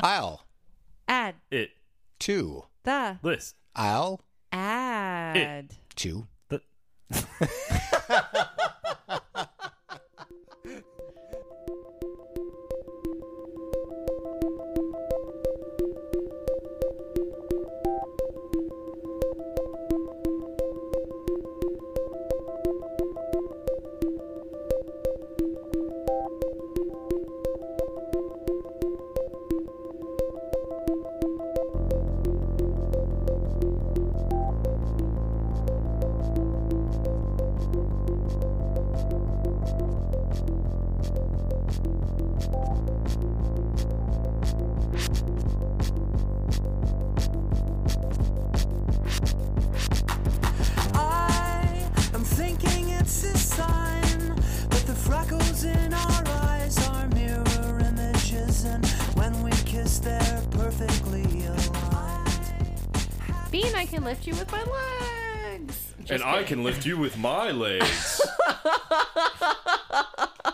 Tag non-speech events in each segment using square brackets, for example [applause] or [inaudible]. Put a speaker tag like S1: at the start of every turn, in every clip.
S1: I'll
S2: Add
S3: It
S1: two.
S2: the
S3: list.
S1: I'll
S2: ad.
S1: two.
S3: The,
S4: I am thinking it's a sign that the freckles in our eyes are mirror images, and when we kiss, they're perfectly aligned.
S2: Bean, I can lift you with my legs.
S3: and I can lift you with my legs.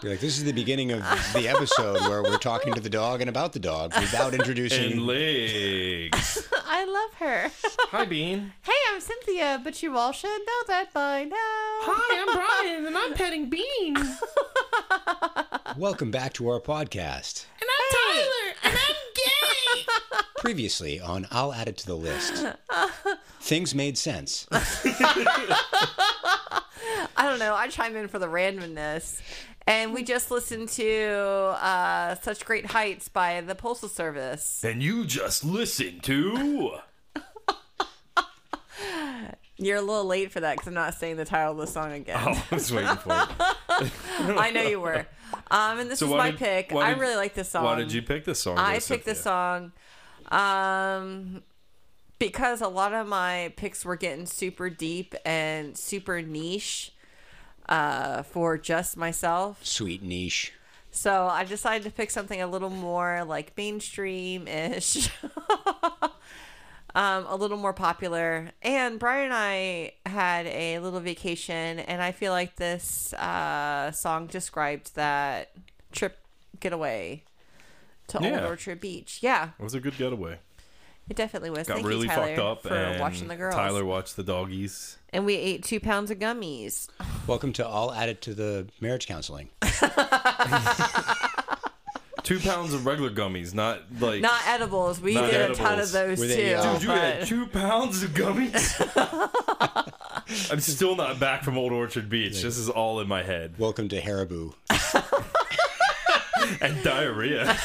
S1: You're like, this is the beginning of the episode where we're talking to the dog and about the dog without
S3: and
S1: introducing.
S3: legs.
S2: [laughs] I love her.
S3: Hi, Bean.
S2: hey, I'm Cynthia, but you all should know that by now.
S3: Hi, I'm Brian, and I'm petting Bean. And
S1: Welcome back to our podcast.
S3: I'm Tyler, and I'm gay.
S1: Previously on I'll Add It to the List, things made sense.
S2: I don't know. I chime in for the randomness. And we just listened to uh, Such Great Heights by the Postal Service.
S3: And you just listen to.
S2: You're a little late for that because I'm not saying the title of the song again.
S3: Oh, [laughs] I was waiting for it.
S2: [laughs] I know you
S3: [laughs]
S2: were. Um, and this
S3: Oh. So
S2: is
S3: why
S2: my
S3: did-
S2: pick.
S3: why
S2: I
S3: did-
S2: really like this song.
S3: Why did you pick this song?
S2: I
S3: though,
S2: picked this
S3: Cynthia?
S2: song um, because a lot of my picks were getting super deep and super niche uh, for just myself.
S1: Sweet niche.
S2: So I decided to pick something a little more like mainstream ish, [laughs] um, a little more popular. And Brian and I had a little vacation, and I feel like this uh, song described that trip getaway to Old
S3: Yeah.
S2: Orchard Beach. Yeah,
S3: It was a good getaway.
S2: it definitely was.
S3: Got
S2: Thank
S3: really
S2: you, Tyler,
S3: fucked up
S2: for
S3: and
S2: watching the girls.
S3: Tyler watched the doggies.
S2: And we ate two pounds of gummies.
S1: Welcome to I'll Add It to the Marriage Counseling.
S3: Two pounds of regular gummies, not like.
S2: Not edibles. We
S3: Not
S2: did a ton of
S3: edibles.
S2: those
S1: Were
S2: too.
S1: they, uh,
S3: Dude, you had
S2: but-
S3: two pounds of
S2: [laughs]
S3: gummies. I'm still not back from Old Orchard Beach. This is all in my head.
S1: Welcome to Haribo.
S3: And [laughs] diarrhea.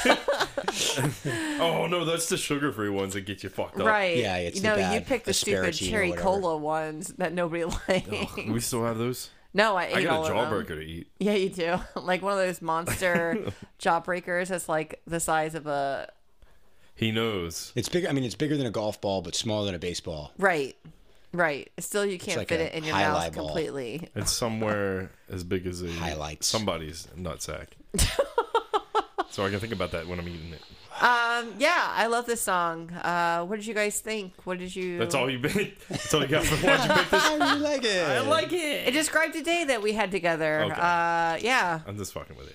S3: oh no, that's the sugar-free ones that get you fucked up.
S2: Right.
S1: Yeah, it's
S2: you
S1: the
S2: know, you
S1: bad
S2: picked the stupid
S1: asparagine or
S2: cherry
S1: whatever.
S2: cola ones that nobody [laughs] liked.
S3: We still have those.
S2: no, I ate
S3: I
S2: all
S3: got a
S2: of them.
S3: jawbreaker to eat.
S2: Yeah, you do. [laughs] Like one of those
S3: [laughs]
S2: monster jawbreakers that's like the size of a
S3: He knows.
S1: It's bigger. I mean, it's bigger than a golf ball, but smaller than a baseball.
S2: right, right. Still, you can't
S1: like
S2: fit
S1: a
S2: it in your
S1: high
S2: mouth
S1: lie ball.
S2: completely.
S3: It's somewhere as big as a
S1: Highlights.
S3: Somebody's [laughs] nutsack. so I can think about that when I'm eating it.
S2: Um, yeah, I love this song. Uh, what did you guys think? What did you?
S3: That's all you that's all you got [laughs] for why'd you pick this.
S1: How do you like it? [laughs] I like it.
S2: It described a day that we had together.
S3: Okay.
S2: Uh, yeah.
S3: I'm just fucking with you.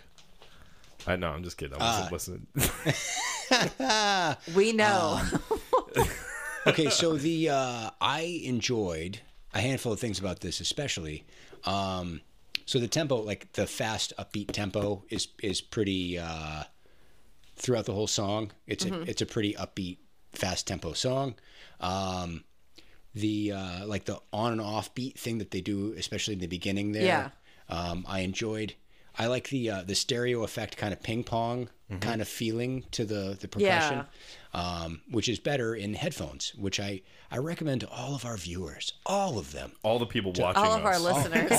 S3: I know, I'm just kidding. I wasn't listening. Oh,
S2: We know.
S1: Okay, so the uh, I enjoyed a handful of things about this, especially. Um, so the tempo, like the fast, upbeat tempo, is is pretty uh, throughout the whole song. It's a it's a pretty upbeat, fast tempo song. Um, the uh, like the on and off beat thing that they do, especially in the beginning there.
S2: Yeah.
S1: Um, I enjoyed. I like the uh, the stereo effect, kind of ping pong kind of feeling to the the percussion
S2: Yeah.
S1: um, which is better in headphones, which I, I recommend to all of our viewers, all of them.
S3: All the people watching
S2: all of our
S3: us.
S2: listeners.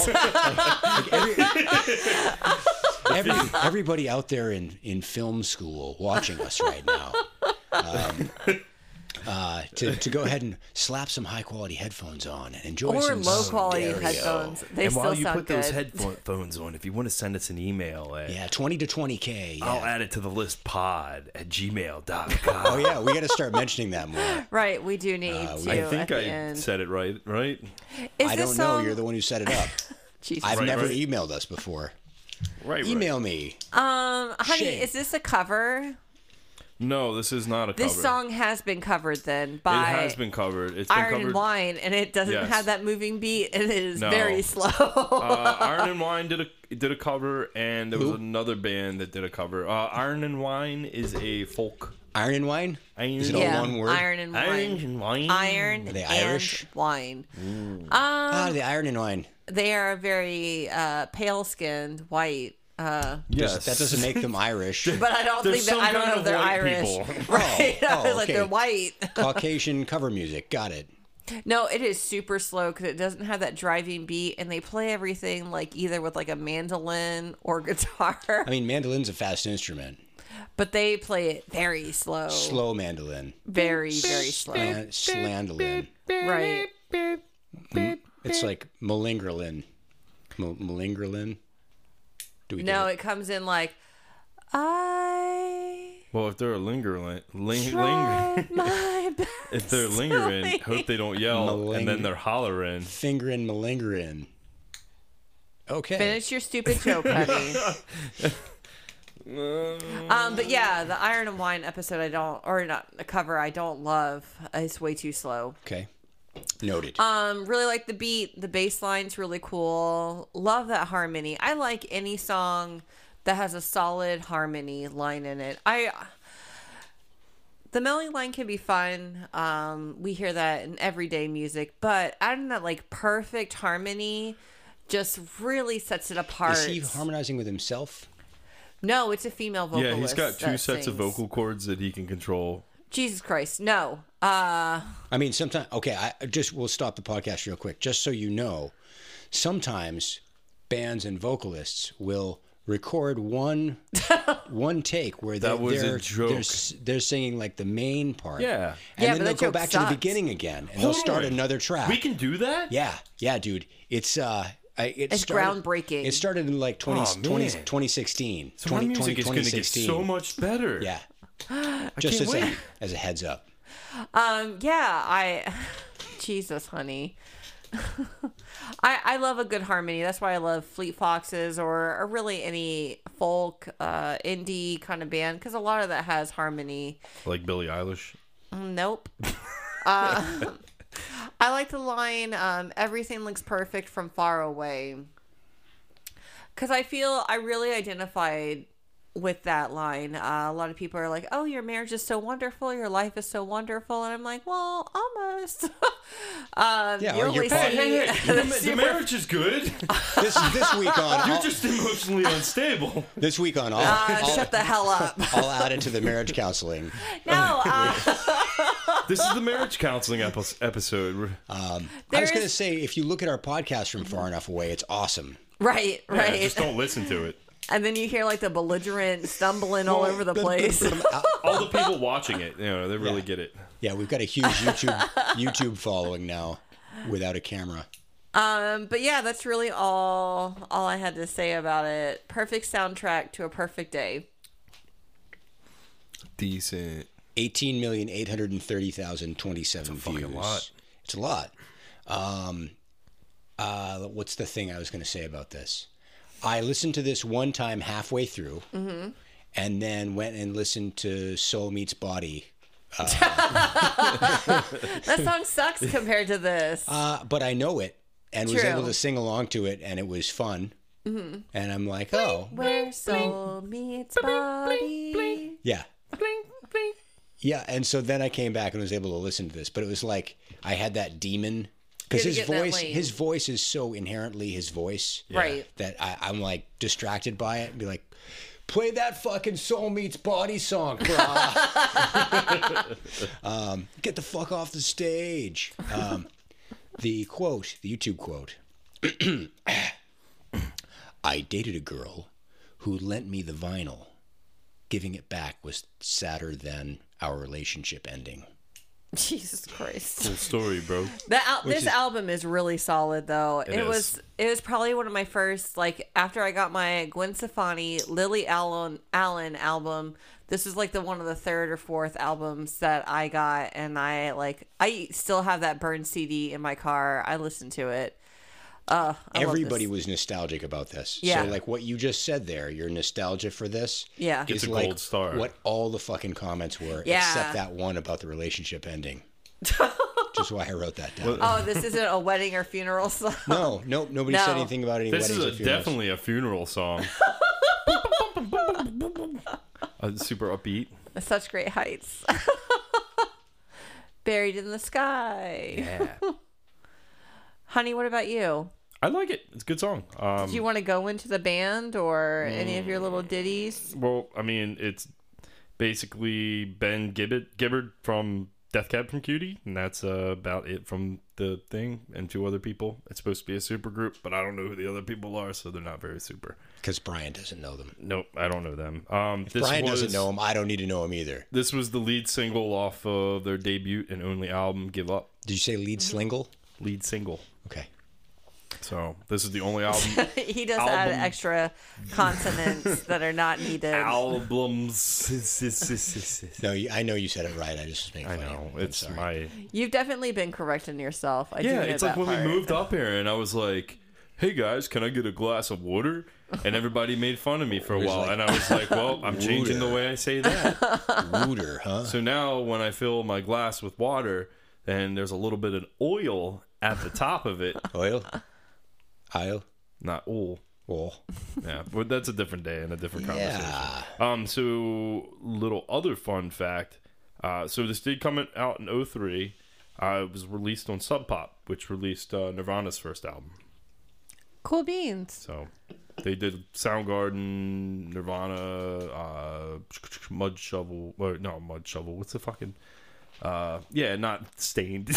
S2: [laughs]
S1: Every, everybody out there in, in film school watching us right now, um, uh, to, to go ahead and slap some high quality headphones on and enjoy
S2: or
S1: some
S2: low quality
S1: stereo.
S2: headphones. They
S3: and
S2: still
S3: while you
S2: sound
S3: put
S2: good.
S3: those [laughs] headphones on, if you want to send us an email at
S1: Yeah, 20 to 20K. Yeah.
S3: I'll add it to the list pod at [laughs] gmail.com.
S1: Oh, yeah, we got to start mentioning that more.
S2: Right, we do need to.
S3: Uh, I
S2: at
S3: think
S2: the
S3: I
S2: end.
S3: said it right, right?
S2: Is
S1: I
S2: this
S1: don't
S2: um,
S1: know.
S2: song,
S1: You're the one who set it
S3: [laughs]
S1: up.
S2: Jesus.
S1: I've
S3: Right,
S1: never
S3: right.
S1: emailed us before.
S3: Right,
S1: Email me.
S2: um, honey,
S1: Shame.
S2: is this a cover?
S3: No, this is not a
S2: This
S3: cover.
S2: song has been covered then
S3: it
S2: by
S3: has been covered. It's been
S2: Iron
S3: covered.
S2: and Wine, and it doesn't
S3: Yes.
S2: have that moving beat, and it is
S3: No.
S2: very slow.
S3: uh, Iron and Wine did a did a cover, and there
S1: Who?
S3: was another band that did a cover. Uh, Iron and Wine is a folk.
S1: Iron and wine.
S3: Iron
S1: Is it all
S2: [laughs] yeah,
S1: one word?
S2: Iron and
S3: Iron
S2: Wine.
S3: and Wine.
S2: Iron
S1: Are they
S2: and
S1: Irish?
S2: wine.
S1: Ah, the iron and wine.
S2: They are very uh, pale skinned, white. Uh,
S1: Does-
S3: Yes,
S1: That doesn't make them Irish.
S2: [laughs] but I don't
S3: There's
S2: think that
S3: some
S2: I don't know
S3: kind of
S2: if they're
S3: white
S2: Irish. [laughs]
S3: people.
S2: Right.
S1: Oh,
S2: I was
S1: oh,
S2: like
S1: okay.
S2: they're white.
S1: Caucasian cover music. Got it.
S2: No, it is super slow because it doesn't have that driving beat, and they play everything like either with like a mandolin or [laughs] guitar,
S1: I mean, mandolin's a fast instrument.
S2: but they play it very slow,
S1: Slow mandolin.
S2: very very slow.
S1: Slan- Slandolin.
S2: Right?
S1: It's like malingerlin. Mal- malingerlin. Do we
S2: No,
S1: get it?
S2: it comes in like I
S3: Well, if they're a lingerling, ling, linger,
S2: tried my [laughs] best.
S3: if they're lingering, hope they don't yell, and
S1: Maling-
S3: then they're hollering.
S1: Fingerin malingerin. Okay.
S2: Finish your stupid joke, honey. um, but yeah, the Iron and Wine episode, I don't, or not a cover, I don't love. It's way too slow.
S1: Okay. Noted.
S2: Um, really like the beat. The bass line's really cool. Love that harmony. I like any song that has a solid harmony line in it. I the melody line can be fun. Um, we hear that in everyday music, but adding that like perfect harmony just really sets it apart.
S1: Is he harmonizing with himself?
S2: no, it's a female vocalist.
S3: Yeah, he's got two
S2: that
S3: sets
S2: sings.
S3: of vocal cords that he can control.
S2: Jesus Christ, no. Uh,
S1: I mean, sometimes. Okay, I I just we'll stop the podcast real quick, just so you know. Sometimes bands and vocalists will record
S2: [laughs]
S1: one one take where they,
S3: That was a
S1: they're,
S3: joke.
S1: they're s- they're singing like the main part.
S3: Yeah.
S1: and then
S2: Yeah, but
S1: they'll
S2: that
S1: go
S2: joke
S1: back to
S2: sucks.
S1: the beginning again, and
S3: Hold
S1: they'll start
S3: on.
S1: another track.
S3: We can do that.
S1: Yeah, yeah, dude. It's uh, I, it
S2: It's
S1: started-
S2: groundbreaking.
S1: It started in like 20,
S3: Aw,
S1: 20
S3: Oh, man.
S1: 2016.
S3: So my music is going to get
S1: 2016.
S3: so much better.
S2: [gasps]
S1: Yeah, just
S3: can't
S1: as a,
S3: wait.
S1: as a heads up.
S2: Um, yeah, I [laughs] Jesus, honey. [laughs] I I love a good harmony. That's why I love Fleet Foxes or, or really any folk, uh, indie kind of band because a lot of that has harmony.
S3: Like Billie Eilish. [laughs]
S2: Nope. uh, [laughs] I like the line um, "Everything looks perfect from far away" because I feel I really identified with that line. Uh, a lot of people are like, "Oh, your marriage is so wonderful, your life is so wonderful," and I'm like, "Well,
S3: [laughs]
S2: almost." um,
S1: Yeah,
S2: you
S1: or your
S2: only
S1: body-
S2: see [laughs]
S3: Hey, hey, hey!
S2: the
S3: the, ma- the
S2: super-
S3: marriage
S2: [laughs]
S3: is good.
S1: This this week on
S3: You're
S1: all,
S3: just emotionally unstable.
S1: this week on all,
S2: Uh,
S1: all,
S2: shut the hell
S3: [laughs]
S2: up!
S1: all added to the marriage counseling.
S2: No, uh,
S3: This is the marriage counseling epi- episode.
S1: I was
S2: There
S1: going to
S2: is-
S1: say, if you look at our podcast from far enough away, it's awesome.
S2: [laughs] right,
S3: Yeah,
S2: right.
S3: just don't listen to it.
S2: and then you hear like the belligerent stumbling all over the place.
S3: All the people watching it, you know, they really
S1: Yeah.
S3: get it.
S1: Yeah, we've got a huge YouTube YouTube following now, without a camera.
S2: Um, but yeah, that's really all all I had to say about it. Perfect soundtrack to a perfect day.
S3: Decent.
S1: Eighteen million eight hundred and thirty thousand twenty-seven views.
S3: lot.
S1: It's a lot. Um, uh, what's the thing I was going to say about this? I listened to this one time halfway through, and then went and listened to Soul Meets Body.
S2: That
S1: [laughs]
S2: song sucks compared to this.
S1: Uh, but I know it and was
S2: True. Mm-hmm.
S1: able to sing along to it, and it was fun. And I'm like, oh,
S2: Where soul meets body.
S1: yeah. Yeah, and so then I came back and was able to listen to this, but it was like I had that demon because
S2: Gotta
S1: his
S2: get in that
S1: voice,
S2: lane.
S1: his voice is so inherently his voice
S2: Right. [laughs]
S1: that I, I'm like distracted by it and be like, play that fucking soul meets body song, brah. um, get the fuck off the stage. Um, the quote, the YouTube quote. [clears throat] I dated a girl who lent me the vinyl. Giving it back was sadder than our relationship ending.
S2: Jesus Christ.
S3: Cool story, bro.
S2: That al- this
S1: is-
S2: album is really solid though. It,
S3: is.
S2: was it was probably one of my first like after I got my Gwen Stefani Lily Allen Allen album. This was like the one of the third or fourth albums that I got and I like I still have that burned CD in my car. I listen to it. Uh, I love
S1: Everybody
S2: this.
S1: was nostalgic about this.
S2: Yeah.
S1: So like what you just said there, your nostalgia for this
S2: Yeah.
S1: is
S3: Gets a
S1: like
S3: gold star.
S1: what all the fucking comments were
S2: Yeah.
S1: except that one about the relationship
S2: [laughs]
S1: ending. just why I wrote that down.
S2: Oh, this isn't a wedding or funeral [laughs] song.
S1: no, no, nobody said
S2: No.
S1: anything about any
S3: This
S1: weddings
S3: is a,
S1: or funerals.
S3: definitely a
S2: [laughs]
S3: funeral song. Uh, super upbeat.
S2: Such great heights. [laughs] Buried in the sky.
S3: Yeah.
S2: Honey, what about you?
S3: I like it. It's a good song.
S2: Do
S3: Um,
S2: you want to go into the band or any of your little ditties? [laughs]
S3: well, I mean, it's basically Ben Gibbard, Gibbard from Death Cab from Cutie, and that's uh, about it from the thing and two other people. It's supposed to be a super group, but I don't know who the other people are, so they're not very super.
S1: Because Brian doesn't know them.
S3: Nope, I don't know them. Um, this
S1: Brian
S3: was,
S1: doesn't know them. I don't need to know them either.
S3: This was the lead single off of their debut and only album, Give Up.
S1: Did you say lead
S2: Mm-hmm.
S1: slingle?
S3: Lead single.
S1: Okay.
S3: So this is
S1: [laughs]
S3: the only album
S2: he does add
S3: Album.
S2: extra consonants that are not
S3: [laughs]
S2: needed.
S3: albums.
S1: No, you, I know you said it right. [laughs] I just was making
S3: I
S1: fun of
S3: know
S1: you. I'm
S3: it's
S1: sorry.
S3: my
S2: You've definitely been correcting yourself. I do
S3: yeah.
S2: know
S3: It's like
S2: that
S3: when
S2: part.
S3: we moved up here, and I was like, "Hey guys, can I get a glass of water?" And everybody made fun of me for a
S1: He's
S3: while,
S1: like,
S3: and I was like, "Well, I'm changing the
S1: "Water."
S3: way I say that."
S1: Rooter, huh?
S3: So now when I fill my glass with water, and there's a little bit of oil at the top of it,
S2: [laughs]
S1: Oil? Oil?
S3: not oil.
S1: Oil.
S3: Yeah, but that's a different day and a different conversation.
S1: Yeah.
S3: Um, so little other fun fact. Uh, so this did come out in 03. Uh, it was released on Sub Pop, which released uh, Nirvana's first album.
S2: Cool beans.
S3: So they did Soundgarden, Nirvana, uh, Mud Shovel. Or no, Mud Shovel. What's the fucking? Uh, yeah, not Stained.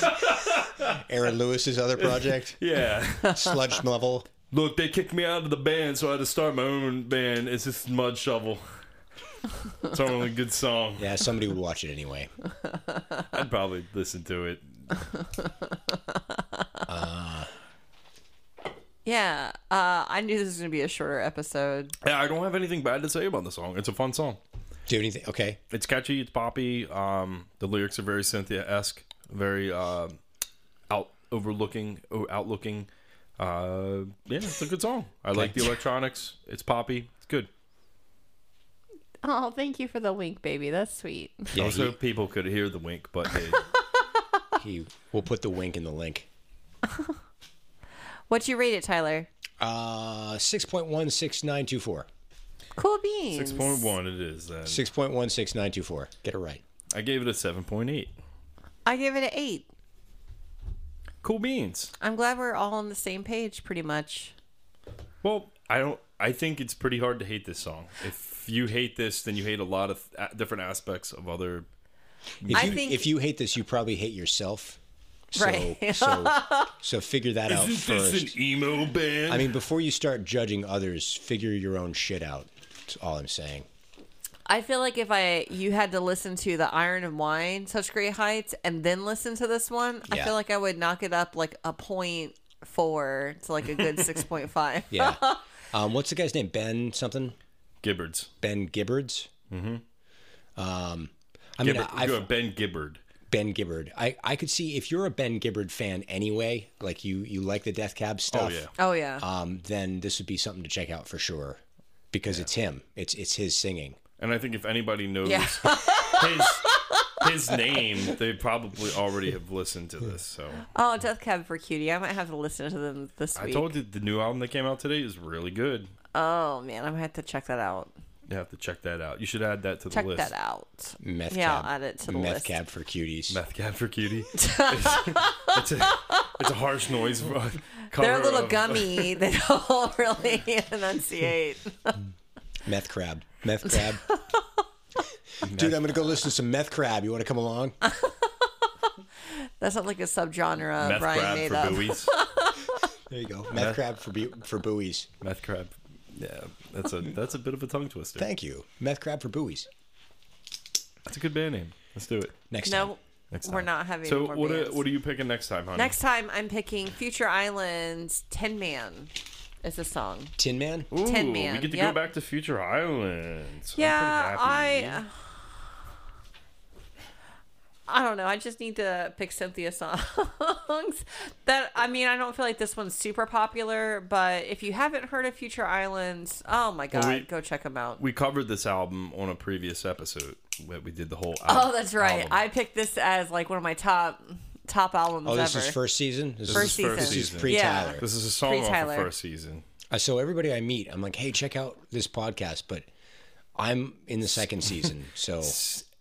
S3: [laughs]
S1: Aaron Lewis's other project,
S3: yeah.
S2: [laughs]
S1: Sludge Level.
S3: Look, they kicked me out of the band, so I had to start my own band. It's just Mud Shovel. It's our only good song.
S1: Yeah, somebody would watch it anyway.
S3: I'd probably listen to it.
S2: Yeah. Uh, I knew this was going to be a shorter episode.
S3: Yeah, I don't have anything bad to say about the song. It's a fun song.
S1: Do you have anything? Okay.
S3: It's catchy. It's poppy. Um, the lyrics are very Cynthia esque, very uh, out overlooking, o- outlooking. Uh, yeah, it's a good song. I like the electronics. It's poppy. It's good.
S2: Oh, thank you for the wink, baby. That's sweet.
S1: Yeah,
S3: also, people could hear the wink, but
S1: [laughs]
S3: they,
S1: he, he, we'll put the wink in the link.
S2: What'd you rate it, Tyler?
S1: Uh, 6.16924.
S2: Cool beans.
S3: six point one it is. Then
S1: 6.16924. Get it right.
S3: I gave it a seven point eight.
S2: I give it an eight.
S3: Cool beans.
S2: I'm glad we're all on the same page, pretty much.
S3: Well, I don't. I think it's pretty hard to hate this song. If you hate this, then you hate a lot of uh, different aspects of other
S1: If
S2: I
S1: you,
S2: think-
S1: if you hate this, you probably hate yourself. So,
S2: Right. [laughs]
S1: so, so figure that out first.
S2: e-
S3: an emo band?
S1: I mean, before you start judging others, figure your own shit out. That's all I'm saying.
S2: I feel like if I you had to listen to the Iron and Wine, Such Great Heights, and then listen to this one, I
S1: Yeah.
S2: feel like I would knock it up like a point four to like a
S1: [laughs]
S2: good six point five.
S1: Yeah. um, what's the guy's name? Ben something?
S3: Gibbards.
S1: Ben Gibbards? Mm-hmm. Um, I mean,
S3: Gibbard,
S1: I've,
S3: you're a Ben Gibbard.
S1: Ben Gibbard. I, I could see if you're a Ben Gibbard fan anyway, like you you like the Death Cab
S3: Oh
S1: stuff,
S3: yeah.
S2: [laughs] Oh yeah.
S1: um, then this would be something to check out for sure because it's him. It's it's his singing.
S3: And I think if anybody knows
S2: Yeah.
S3: [laughs] his
S2: [laughs]
S3: his name, they probably already have listened to this. So
S2: oh, Death Cab for Cutie. I might have to listen to them this
S3: I
S2: week.
S3: told you the new album that came out today is really good.
S2: oh man, I might have to check that out.
S3: You have to check that out. You should add that to
S2: Check
S3: the list.
S2: that out.
S1: Meth
S2: yeah,
S1: cab.
S2: I'll add it to the
S1: Meth
S2: list.
S1: cab for cuties.
S3: Meth Cat
S2: [laughs]
S3: for Cutie. it's, it's a, it's a harsh noise. [laughs] uh,
S2: They're
S3: cover
S2: a little
S1: [laughs]
S3: of-
S2: gummy. they don't really enunciate.
S1: Meth crab. Meth crab.
S2: [laughs]
S1: Dude, I'm gonna go listen to some meth crab. You want to come
S2: [laughs]
S1: along?
S2: That sounds like a subgenre
S3: Meth
S2: Brian
S3: Crab
S2: made
S3: for
S2: up. [laughs]
S3: Buoys.
S1: There you go. Meth crab for bu- for buoys.
S3: Meth Crab. Yeah,
S2: [laughs]
S3: that's a that's a bit of a tongue twister.
S1: Thank you. Meth crab for buoys.
S3: That's a good band name. Let's do it.
S1: Next
S2: No,
S3: Next
S2: we're
S3: time.
S2: not having.
S3: So
S2: more
S3: what are,
S2: bands.
S3: what are you picking next time, honey?
S2: Next time I'm picking Future Islands Tin Man is a song.
S1: time, Tin Man.
S3: Ooh,
S2: Tin Man,
S3: We get to
S2: yep.
S3: go back to Future Islands. I'm
S2: Yeah,
S3: pretty happy.
S2: I I don't know. I just need to pick Cynthia songs [laughs] that I mean. I don't feel like this one's super popular, but if you haven't heard of Future Islands, oh my god,
S3: we-
S2: go check them out.
S3: We covered this album on a previous episode. That we did the whole. Album,
S2: oh, that's right.
S3: album.
S2: I picked this as like one of my top top albums
S1: Oh, this
S2: ever.
S1: is first season. This
S2: First
S1: is,
S2: season.
S1: This is
S3: season.
S1: pre
S2: Yeah.
S1: Tyler.
S3: This is a song off the
S2: Pre-Tyler.
S3: first season.
S1: Uh, so everybody I meet, I'm like, hey, check out this podcast. But I'm in the second season,
S3: [laughs]
S1: so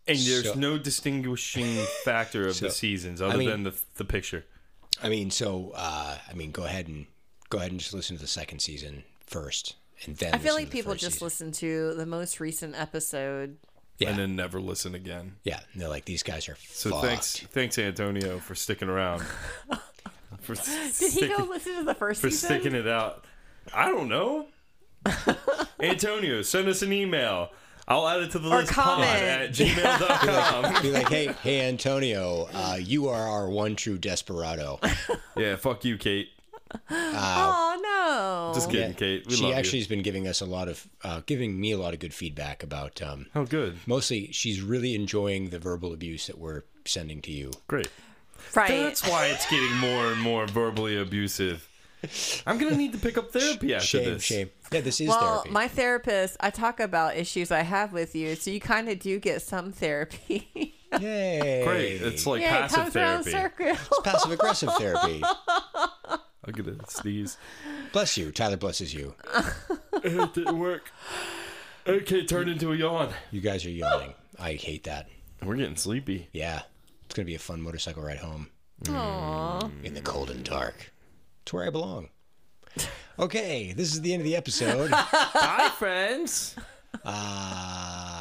S3: And there's
S1: So-
S3: no distinguishing [laughs] factor of the seasons other
S1: mean-
S3: than the, the picture.
S1: I mean, so uh, I mean, go ahead and go ahead and just listen to the second season first, and then
S2: I feel
S1: listen
S2: like
S1: to the
S2: people
S1: first
S2: just
S1: season.
S2: listen to the most recent episode.
S1: Yeah.
S3: And then never listen again.
S1: Yeah, and they're like, these guys are
S3: So
S1: fucked.
S3: thanks, thanks Antonio for sticking around.
S2: [laughs]
S3: for
S2: Did he
S3: sticking,
S2: go listen to the first
S3: for
S2: season?
S3: sticking it out. I don't
S2: [laughs]
S3: know. Antonio, send us an email. I'll add it to the list. Pod at
S2: comment.
S3: [laughs] gmail.com.
S1: Be like, hey, hey, Antonio, uh, you are our one true desperado.
S3: yeah, fuck you, Kate.
S2: oh no!
S3: Just kidding, [laughs] Kate. We
S1: she
S3: love
S1: actually
S3: you.
S1: has been giving us a lot of, uh, giving me a lot of good feedback about. Um,
S3: Oh, good.
S1: mostly, she's really enjoying the verbal abuse that we're sending to you.
S3: Great.
S2: right.
S3: That's why it's getting more and more verbally abusive. I'm gonna need to pick up therapy after
S1: Shame,
S3: this.
S1: shame. Yeah, this is
S2: well,
S1: therapy.
S2: my therapist, I talk about issues I have with you, so you kind of do get some therapy. [laughs]
S1: Yay!
S3: Great. It's like
S2: Yeah,
S3: passive therapy.
S2: circle.
S1: passive aggressive therapy.
S3: I'll get a sneeze.
S1: Bless you, Tyler. Blesses you.
S3: [laughs] it didn't work. Okay, turned into a yawn.
S1: You guys are yawning. I hate that.
S3: We're getting sleepy.
S1: Yeah, it's gonna be a fun motorcycle ride home
S3: Mm.
S2: Aw.
S1: in the cold and dark. It's where I belong.
S3: [laughs]
S1: Okay, this is the end of the episode.
S3: Bye, friends.
S1: Uh, oh,